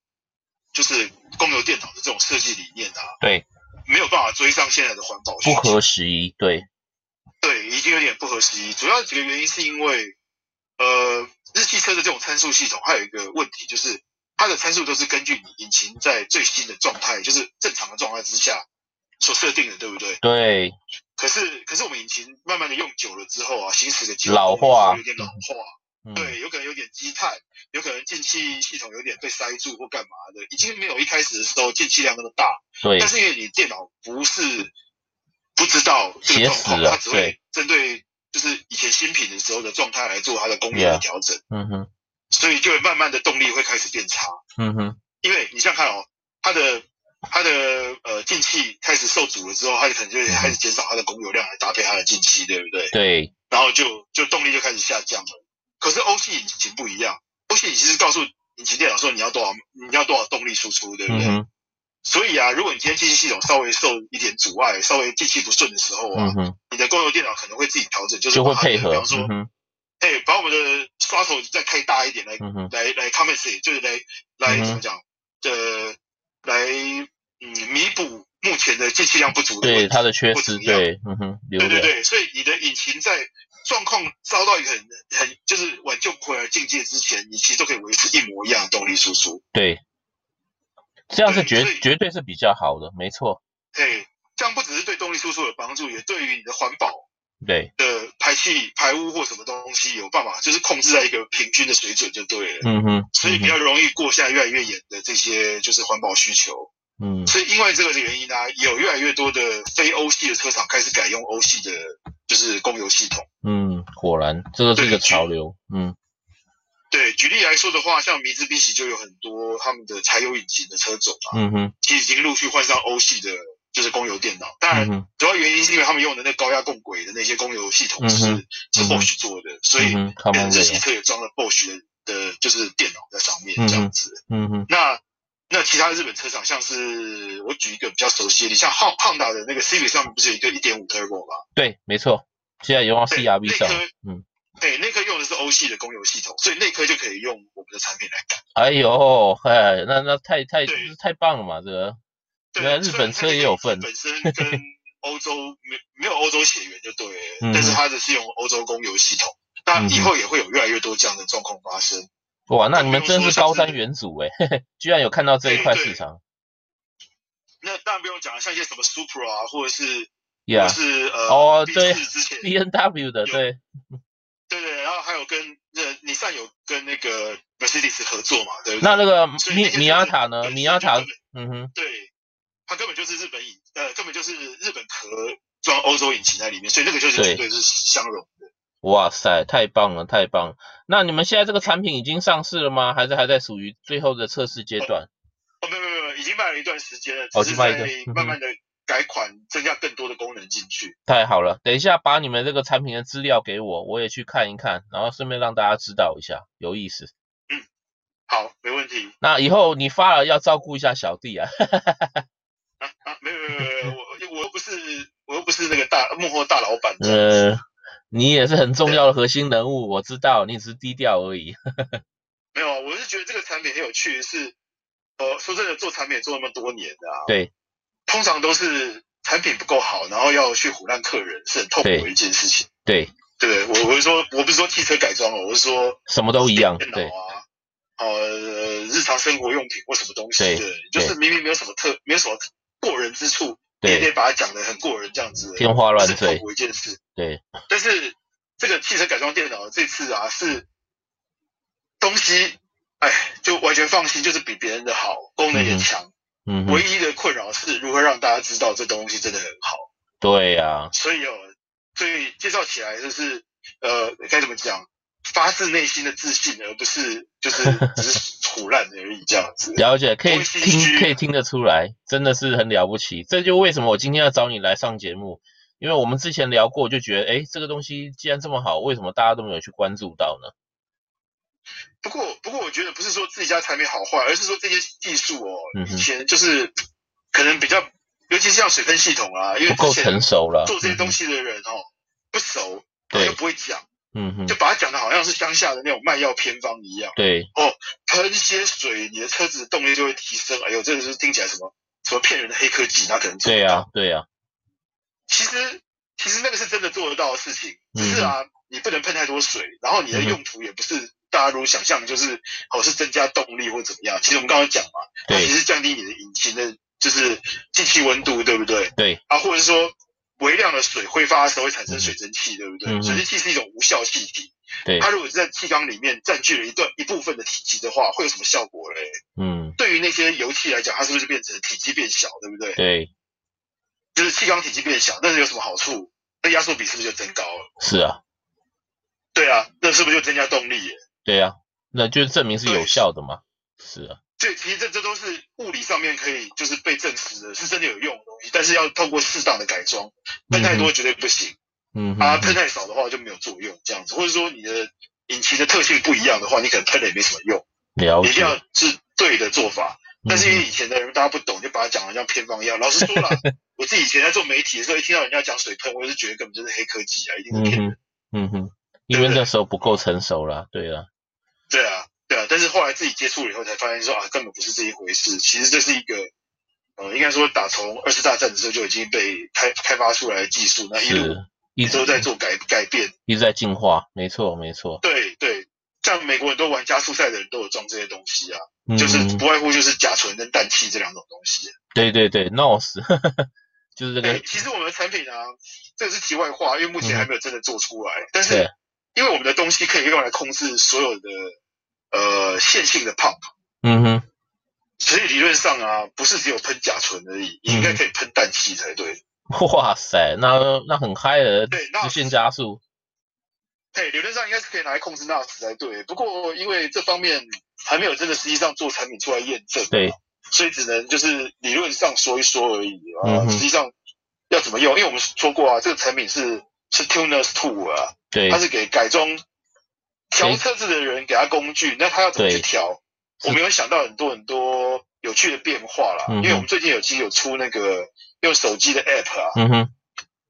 就是公有电脑的这种设计理念啊，
对，
没有办法追上现在的环保需
不
求。
合时宜，对，
对，已经有点不合时宜。主要几个原因是因为，呃，日系车的这种参数系统，还有一个问题就是，它的参数都是根据你引擎在最新的状态，就是正常的状态之下所设定的，对不对？
对，
可是，可是我们引擎慢慢的用久了之后啊，行驶的结
老
果
化
有点老化，
嗯，
对，有可能有点积碳，有可能进气系统有点被塞住或干嘛的，已经没有一开始的时候进气量那么大，
对
但，是因为你电脑不是不知道这个状
写死
况，
了
它只会针对就是以前新品的时候的状态来做它的功率的
Yeah
调整
嗯哼，
所以就会慢慢的动力会开始变差。
嗯哼，
因为你想想看哦，它的它的呃进气开始受阻了之后，它就可能就
嗯
会开始减少它的供油量来搭配它的进气，对不对？
对，
然后就就动力就开始下降了。可是欧系引擎不一样，欧系引擎是告诉引擎电脑说你要多少你要多少动力输出，对不
嗯
对？
哼，
所以啊，如果你今天进气系统稍微受一点阻碍，稍微进气不顺的时候啊，
嗯哼，
你的供油电脑可能会自己调整，就是
就会
把它的
配合
比方，说
嗯，哼，
哎、把我们的刷头再开大一点来、
嗯哼，
来来 compensate，就是来来
嗯哼
怎么讲，呃，来嗯弥补目前的进气量不足的问
对
题
它的缺
或
失，
怎么样
对，嗯哼，留
对对
着，
对，所以你的引擎在状况遭到一个很很就是挽救不回来的境界之前，你其实都可以维持一模一样的动力输出。
对，这样是
对
绝
所以
绝对是比较好的，没错，
嘿，这样不只是对动力输出有帮助，也对于你的环保
对，
的排气、排污或什么东西有办法，就是控制在一个平均的水准就对了。
嗯哼，
所以比较容易过现在越来越严的这些就是环保需求。
嗯哼，
所以因为这个原因呢、啊有越来越多的非欧系的车厂开始改用欧系的，就是供油系统。
嗯嗯，果然这个是一个
对
潮流，嗯
对，举例来说的话，像米兹比奇就有很多他们的柴油引擎的车种啊，
嗯哼，
其实已经陆续换上欧系的，就是供油电脑。
嗯
当然，
哼，
主要原因是因为他们用的那高压共轨的那些供油系统是、
嗯
是
嗯哼
Bosch 做的，所以
嗯哼，看
变
完
成
这
这些
个，
车也装了 Bosch 的的，就是电脑在上面
嗯哼
这样子。
嗯哼，
那那其他日本车厂，像是我举一个比较熟悉的例子，像汉汉达的那个 Civic 上面不是有一个1.5 Turbo 吗？
对，没错，现在用到
对
CRV
那
上
颗
了，嗯，
对，那颗用的是欧系的公有系统，所以那颗就可以用我们的产品来改。
哎呦，嗨，那那太太
对
太棒了嘛，这个，原来
对，啊
日
所以
本
你看
车也
那个
有
东西
份
本身跟欧洲没没有欧洲血缘就对了，
嗯
但是它的是用欧洲公有系统。那以后也会有越来越多这样的状况发生。
哇，那你们
那比如
真
说
是
像
高
是
瞻远瞩哎，嘿嘿，居然有看到这一
对
块
对
市场
那当然不用讲了，像一些什么 Supra 啊，或者是或者
，Yeah，B
是呃，
哦
B
对
四之前
N W 的，
有
对，
对对，然后还有跟呃，尼桑有跟那个 Mercedes 合作嘛，对不对？
那那个米
所以那些
米
车
亚
子
塔呢？
本身
米亚
就
塔
根，本
嗯哼，
对，它根本就是日本引呃，根本就是日本壳装欧洲引擎在里面，所以那个就是
对
绝对是相容。
哇塞，太棒了，太棒了！那你们现在这个产品已经上市了吗？还是还在属于最后的测试阶段？
哦，没有没有没有，已经卖了一段时间了，
哦
只
已
是
经卖
在
一段嗯哼
慢慢的改款，增加更多的功能进去。
太好了，等一下把你们这个产品的资料给我，我也去看一看，然后顺便让大家知道一下，有意思。
好，没问题
那以后你发了要照顾一下小弟啊，
啊啊，没有没有没有没有，我我又不是我又不是那个大幕后大老板。
呃，你也是很重要的核心人物，我知道，你只是低调而已。
没有，啊，我是觉得这个产品很有趣，是，呃，说真的，做产品也做那么多年的啊，
对，
通常都是产品不够好，然后要去唬烂客人，是很痛苦
对
的一件事情，
对，
对不对？我我是说，我不是说汽车改装哦，我是说
什么都一样，
电脑
对，
啊，呃，日常生活用品或什么东西
对
的，就是明明没有什么特，没有什么过人之处，你也
对
得把它讲得很过人这样子，
天花乱
是很痛
坠，
苦一件事。
对，
但是这个汽车改装电脑这次啊是东西，哎，就完全放心，就是比别人的好，功能也强。
嗯
唯
哼，
一的困扰是如何让大家知道这东西真的很好。
对啊呀、
所以哦，所以介绍起来就是呃，该怎么讲？发自内心的自信，而不是就是只是 胡乱而已这样子。
了解，可以
多心
听，
虚
可以听得出来，真的是很了不起。这就为什么我今天要找你来上节目，因为我们之前聊过，就觉得，哎，这个东西既然这么好，为什么大家都没有去关注到呢？
不过，不过我觉得不是说自己家产品好坏，而是说这些技术哦，
嗯哼
以前就是可能比较，尤其是像水分系统啊，因为
不够
之前
成熟了。
做这些东西的人哦，不熟，他
对
又不会讲，
嗯哼，嗯
就
哼，
把它讲的好像是乡下的那种卖药偏方一样，
对，
喷一些水，你的车子动力就会提升。哎呦，这个是听起来什么什么骗人的黑科技，他可能做
对
得
呀、
到。
啊，对呀、啊，
其实其实那个是真的做得到的事情，
嗯
只是啊，你不能喷太多水，然后你的用途也不是大家如想象，就是哦是增加动力或怎么样。其实我们刚刚讲嘛，它其
对，
实降低你的引擎的，就是进气温度，对不对？
对。
啊，或者是说微量的水挥发的时候会产生水蒸气，对不对？
嗯哼
水蒸气是一种无效气体，
对，
它如果在气缸里面占据了一段一部分的体积的话，会有什么效果嘞？
嗯，
对于那些油气来讲，它是不是变成体积变小，对不对？
对，
就是气缸体积变小，但是有什么好处？那压缩比是不是就增高了？
是啊，
对啊，那是不是就增加动力耶？
对呀、啊，那就证明是有
对
效的嘛。是啊，
这其实这这都是物理上面可以就是被证实的，是真的有用的东西，但是要透过适当的改装，喷太多绝对不行。
嗯哼，
啊，
嗯
喷
哼，
太少的话就没有作用，这样子，或者说你的引擎的特性不一样的话，你可能喷了也没什么用，
了
你一
解
定。要是对的做法。但是因
嗯
为以前的人大家不懂，就把它讲的像偏方一样。老实说 啦，我自己以前在做媒体的时候，一听到人家讲水喷，我就是觉得根本就是黑科技啊，一定是
哼
骗人。
嗯哼，嗯哼，因为那时候不够成熟啦，对啊，
对啊，对啊，但是后来自己接触了以后，才发现说啊，根本不是这一回事。其实这是一个，呃，应该说打从二次大战的时候就已经被开开发出来的技术，那一路
是，一
都
直
在做改改变。
一直在进化，没错没错，
对对，像美国很多玩加速赛的人都有装这些东西啊，
嗯，
就是不外乎就是甲醇跟氮气这两种东西。
对对对，NOS，就是这
哎、
个，
其实我们的产品啊，这个是题外话，因为目前
嗯
还没有真的做出来，但
对
是因为我们的东西可以用来控制所有的呃线性的 pump，
嗯哼，
所以理论上啊，不是只有喷甲醇而
嗯
已，应该可以喷氮气才对。
哇塞，那那很嗨的
对那
直线加速，
对，理论上应该是可以拿来控制 NAS 才对。不过因为这方面还没有真的实际上做产品出来验证，啊
对，
所以只能就是理论上说一说而已啊。
嗯哼
实际上要怎么用？因为我们说过啊，这个产品是是 Tuner's Tool 啊，
对
它，是给改装调车子的人给他工具，那他要怎么去
对
调？
是
我们有想到很多很多有趣的变化啦，
嗯哼
因为我们最近有其实有出那个用手机的 app 啊，
嗯哼，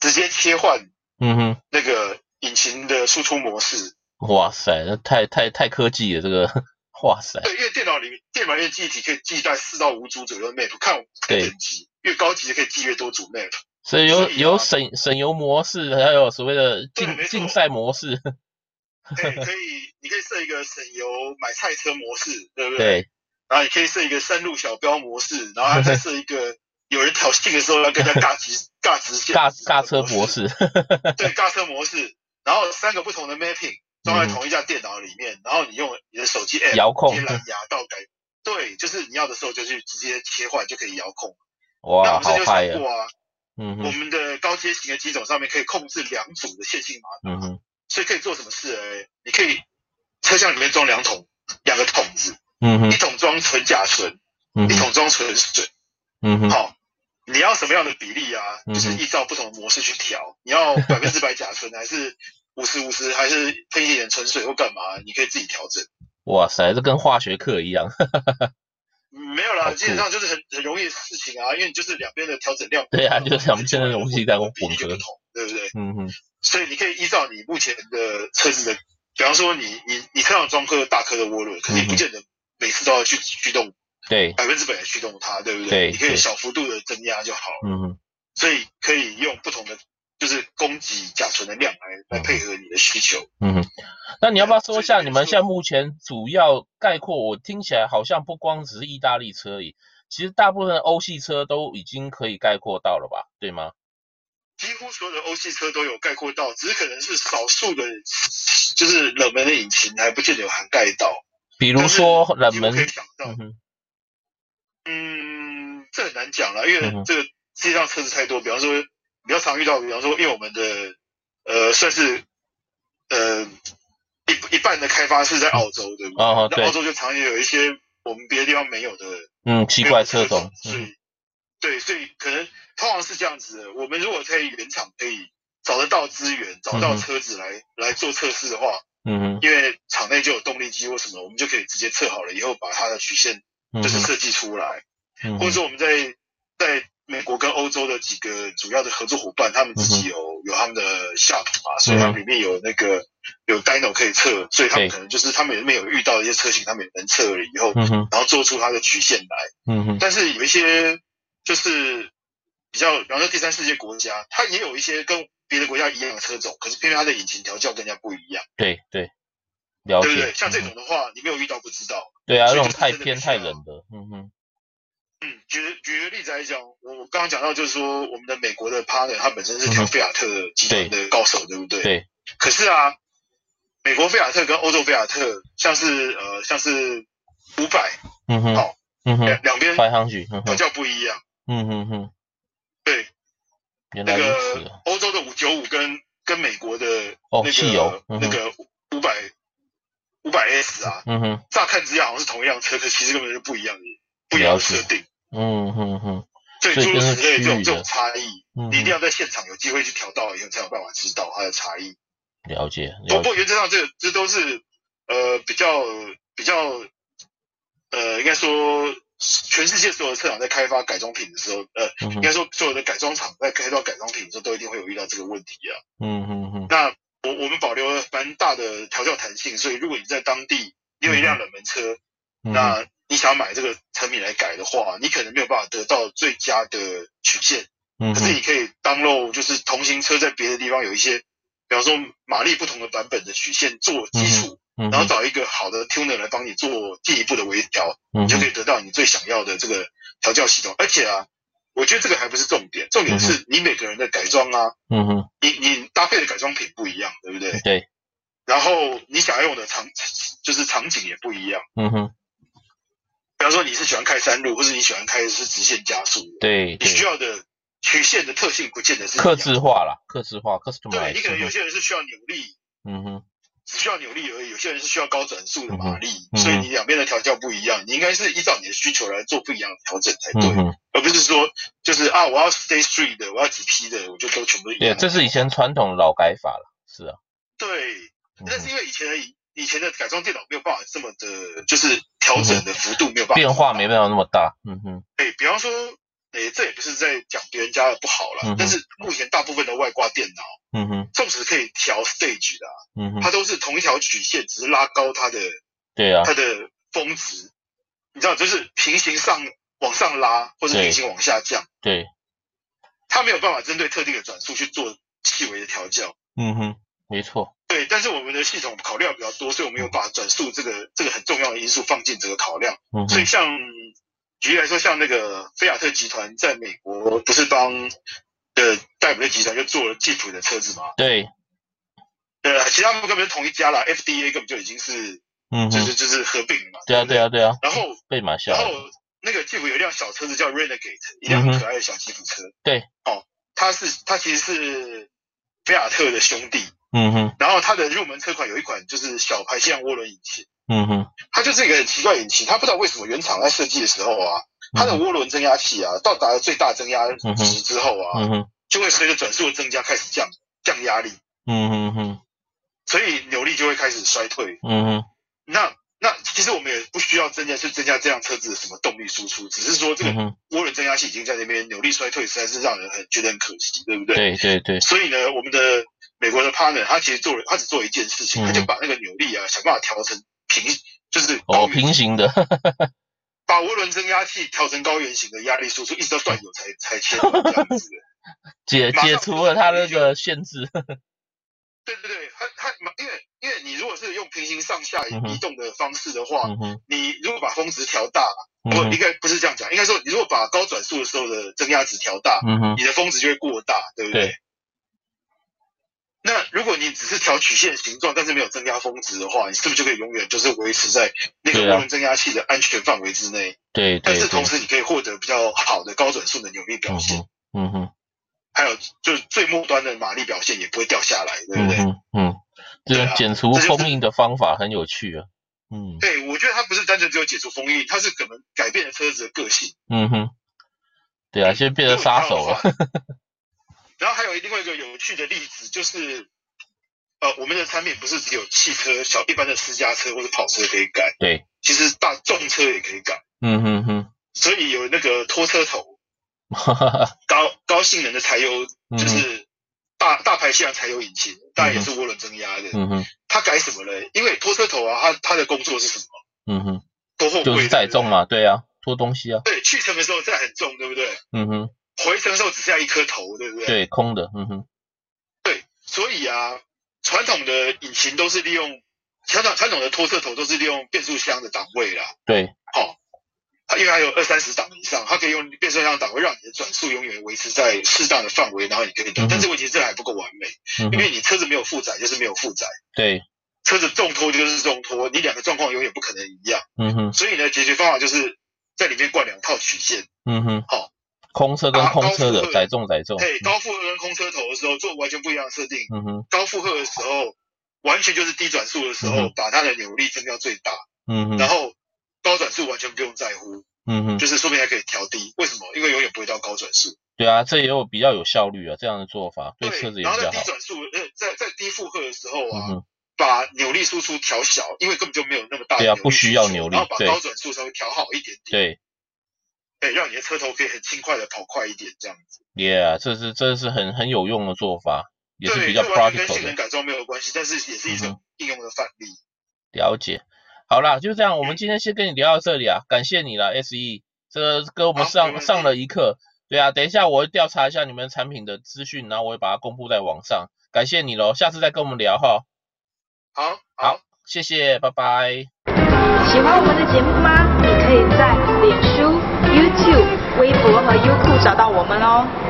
直接切换
嗯哼。
那个引擎的输出模式。
哇塞，那太太太科技了，这个， 哇塞，
对，因为电脑里电脑里面记忆体可以记在四到五组左右的 map，看我
对
等级，越高级的可以记越多组 map。
所以有
所以啊
有省省油模式，还有所谓的
对
竞
没错
竞赛模式，
哎，可以，你可以设一个省油买菜车模式，对不对？
对，
然后你可以设一个山路小标模式，然后再设 一个有人挑衅的时候要跟他尬直尬直线
尬尬车模，式，
对尬车模式，然后三个不同的 mapping 装在同一架电脑里面，然后你用你的手机 app
遥控
接蓝牙到改，对，就是你要的时候就去直接切换就可以遥控。那
哇，
我们
好
这就
嗨
想
呀，
过啊，
嗯
我
哼，
们的高阶型的机种上面可以控制两组的线性码，
嗯哼，
所以可以做什么事呢？你可以车厢里面装两桶两个桶子，
嗯哼
一，桶装纯甲醇，
嗯
一
哼，
桶装纯水。
嗯哼，
好、你要什么样的比例啊？
嗯哼
就是依照不同的模式去调。你要百分之百甲 醇，还是五十五十，还是喷一点纯水或干嘛？你可以自己调整。
哇塞，这跟化学课一样，
嗯没有
好
啦，
酷
基本上就是很很容易的事情啊，因为你就是两边的调整量。
对啊就是两边的东西在混合
比例就不同，对不对？
嗯哼，
所以你可以依照你目前的车子的，比方说你你你车上装颗大颗的涡轮，可是
嗯
你不见得每次都要去驱动
对，
百分之百的驱动它，对不
对
对？你可
对
以小幅度的增压就好了。
嗯哼，
所以可以用不同的就是供给甲醇的量来来配合你的需求。
嗯哼，那你要不要说一下
所以
你们
就是
现在目前主要概括？我听起来好像不光只是意大利车而已，其实大部分的欧系车都已经可以概括到了吧？对吗？
几乎所有的欧系车都有概括到，只是可能是少数的，就是冷门的引擎还不见得有涵盖到。
比
比
如说冷门
可以想到
嗯，哼，
嗯，这很难讲了，因为
嗯哼
这个世界上车子太多。比方说，比较常遇到，比方说，因为我们的呃算是呃一一半的开发是在澳洲，对不对？
哦哦
那
对
澳，洲就常有一些我们别的地方没有的
嗯，奇怪车种，
所
嗯
以对，所以可能通常是这样子的。我们如果可以原厂可以找得到资源，找得
嗯
到
哼
车子来、来做测试的话，
嗯
因为厂内就有动力机或什么，我们就可以直接测好了以后把它的曲线
嗯哼，
就是设计出来，
嗯
或者
哼，
说我们在在美国跟欧洲的几个主要的合作伙伴，他们自
嗯
己有、有他们的下谱啊，所以他们里面有那个有 dyno 可以测，所以他们
对
可能就是他们里面有遇到一些车型，他们也能测了以后，
嗯哼，
然后做出它的曲线来。
嗯哼，
但是有一些就是比较，比方说第三世界国家，它也有一些跟别的国家一样的车种，可是偏偏它的引擎调教跟人家不一样，
对对，了
对不
解
对？，像这
嗯哼
种的话，你没有遇到不知道。
对啊，那
所以
种
就是
太
真的
偏
必须
太
要
冷的，嗯哼，
嗯，举举个例子来讲，我我刚刚讲到就是说，我们的美国的 partner 他本身是调
嗯哼
菲亚特集团的高手，对不对？
嗯对。
可是啊，美国菲亚特跟欧洲菲亚特，像是呃像是五百、
嗯哼，
好
嗯哼
两，两边
翻上去，嗯
调
哼，
教不一样。
嗯哼哼，
对，
原来
那
如此
个，欧洲的五九五跟跟美国的
哦
那个、
汽油嗯哼
那个五百五百 S 啊，
嗯哼，
乍看之下好像是同一辆车，可其实根本就不一样的不一样的设定。
嗯哼哼，
所以
所以
诸如
真的
此类
是区域
这种
的
这种差异，
嗯
你一定
哼，
要在现场有机会去调到以后，才有办法知道它的差异。
了解，
不
了解，
过原则上这这都是呃比较比较呃应该说。全世界所有的车厂在开发改装品的时候，呃，
嗯
应
哼
该，说所有的改装厂在开发改装品的时候，都一定会有遇到这个问题啊。
嗯哼哼，
那我我们保留了蛮大的调教弹性，所以如果你在当地你有一辆冷门车，
嗯哼
那你想买这个产品来改的话，你可能没有办法得到最佳的曲线，
嗯
可是
哼，
你可以 download 就是同型车在别的地方有一些，比方说马力不同的版本的曲线做基础，
嗯
然后
哼，
找一个好的 tuner 来帮你做进一步的微调，
嗯
你就可
哼，
以得到你最想要的这个调教系统。而且啊，我觉得这个还不是重点，重点是你每个人的改装啊，
嗯哼，
你你搭配的改装品不一样，对不对？
对，
然后你想要用的场 就是场景也不一样，
嗯哼，
比方说你是喜欢开山路，或是你喜欢开的是直线加速，
对
你
对，
需要的曲线的特性不见得是一样
克制化啦，克制化
对你可能有
，customize，
些人是需要扭力，
嗯哼，
只需要扭力而已；有些人是需要高转速的马力，
嗯哼
所以你两边的调教不一样，你应该是依照你的需求来做不一样的调整才
嗯
对，
哼，
而不是说就是啊，我要 stay street 的，我要几 P 的，我就都全部一
对，
样。
这是以前传统的老改法了，是啊，
对，
嗯
但
哼
是因为以前的以前的改装电脑没有办法这么的，就是调整的幅度没有办法
变化没
有。
办法那么大，嗯哼，
哎，比方说，哎，这也不是在讲别人家的不好啦，
嗯哼
但是目前大部分的外挂电脑，
嗯哼，
纵使可以调 stage 的啊、
嗯
它
哼，
都是同一条曲线，只是拉高它的
对啊，
它的峰值，你知道，就是平行上往上拉，或者
对
平行往下降，
对，
它没有办法针对特定的转速去做细微的调教。
嗯哼，没错，
对，但是我们的系统考量比较多，所以我
嗯
们有把转速这个这个很重要的因素放进这个考量。
嗯
所以
哼，
像举例来说，像那个菲亚特集团在美国不是帮呃戴姆勒集团就做了吉普的车子嘛？
对，
对啊，其实他们根本就同一家啦，FDA 根本就已经是
嗯
就
哼
是，就是合并了嘛。
对啊，对
啊。
啊，对啊，
然后
被马下
然
了，
后那个吉普有一辆小车子叫 Renegade，一辆很可爱的小吉普车。
对。
哦，它是它其实是菲亚特的兄弟，
嗯哼，
然后它的入门车款有一款就是小排气量涡轮引擎，
嗯哼，
它就是一个很奇怪的引擎，它不知道为什么原厂在设计的时候啊，它的
嗯
涡轮增压器啊到达了最大增压值之后啊，
嗯哼，
就会随着转速的增加开始降降压力，
嗯哼，嗯哼，
所以扭力就会开始衰退。
嗯哼，
那那其实我们也不需要增加去增加这辆车子的什么动力输出，只是说这个
嗯哼，
涡轮增压器已经在那边，扭力衰退实在是让人很觉得很可惜，对不对？
对对对，
所以呢，我们的美国的 partner 他其实做了，他只做了一件事情，
嗯
他就把那个扭力啊想办法调成平，就是
哦，
高原、
平行的，
把涡轮增压器调成高原型的压力输出，一直到断油才才切断这样子。
解
马上
解除了它那个限制，
对对对，他他因为因为你如果是用平行上下
嗯哼
移动的方式的话，
嗯哼，
你如果把峰值调大，
嗯
不、应
哼，
该不是这样讲，应该说你如果把高转速的时候的增压值调大，
嗯哼，
你的峰值就会过大，对不对？
对
那如果你只是调曲线形状，但是没有增加峰值的话，你是不是就可以永远就是维持在那个
对啊
涡轮增压器的安全范围之内？
对
但
对
是
对
同，时你可以获得比较好的高转速的扭力表
嗯
现，
哼，嗯哼。
还有就是最末端的马力表现也不会掉下来，对不
嗯
对？
哼，嗯，这
对
个
啊
减除
这就是
封印的方法很有趣啊。嗯
对，我觉得它不是单纯只有解除封印，它是可能改变了车子的个性，
嗯哼，对啊，现在变成杀手了。
如果你要的话。 然后还有另外一个有趣的例子就是，呃，我们的产品不是只有汽车、小一般的私家车或者跑车可以改，
对，
其实大众车也可以改，
嗯哼哼，
所以有那个拖车头，
哈哈哈，
高高性能的柴油
嗯
就
哼，
是大大排气量柴油引擎，当然也是涡轮增压的。
嗯哼，
它改什么呢？因为拖车头啊，它它的工作是什么？
嗯哼，
拖后
就
柜
是载重。嘛，对啊，拖东西啊，
对不对，对去程的时候载很重，对不对？
嗯哼，
回程的时候只剩下一颗头，对不对？
对，空的，嗯哼，
对，所以啊，传统的引擎都是利用传统传统的拖车头都是利用变速箱的档位啦，
对，
哦，它因为它有二三十档以上，它可以用变速箱档位让你的转速永远维持在适当的范围，然后你可以
嗯
动。
哼
但是问题是这还不够完美，
嗯
因
哼，
为你车子没有负载就是没有负载，
对，
车子重拖就是重拖，你两个状况永远不可能一样。
嗯哼，
所以呢，解决方法就是在里面灌两套曲线，
嗯哼，
好，
空车跟
哦啊
空
高
车
负
的
荷
载重载重，
嘿，高负荷跟空车头的时候做完全不一样的设定，
嗯哼，
高负荷的时候。完全就是低转速的时
嗯
候，
哼
把它的扭力增到最大，
嗯
然
哼，
后高转速完全不用在乎，
嗯哼，
就是说明还可以调低。为什么？因为永远不会到高转速。
对啊，这也有比较有效率啊，这样的做法对车子也
然
比较
后在
好
低。转速，呃，在在低负荷的时候
嗯
啊，
哼，
把扭力输出调小，因为根本就没有那么大的
对啊
扭力
不需要
输出
扭力
然后把
对
高转速稍微调好一点点，
对
对，让你的车头可以很轻快的跑快一点，这样子。
，Yeah，这是这是很很有用的做法，也是
对，
比较
这完全跟
practical
性
的嗯
能。改装没有关系，但是也是一种应用的范例。
了解，好啦，就这样，我们今天先跟你聊到这里啊，感谢你啦，S E，这跟我们
好没
上
问题
上了一课，对啊，等一下我会调查一下你们产品的资讯，然后我会把它公布在网上。感谢你喽，下次再跟我们聊哈。
好，
好，谢谢，拜拜。
喜欢我们的节目吗？你可以在脸书、YouTube、微博和优酷找到我们哦。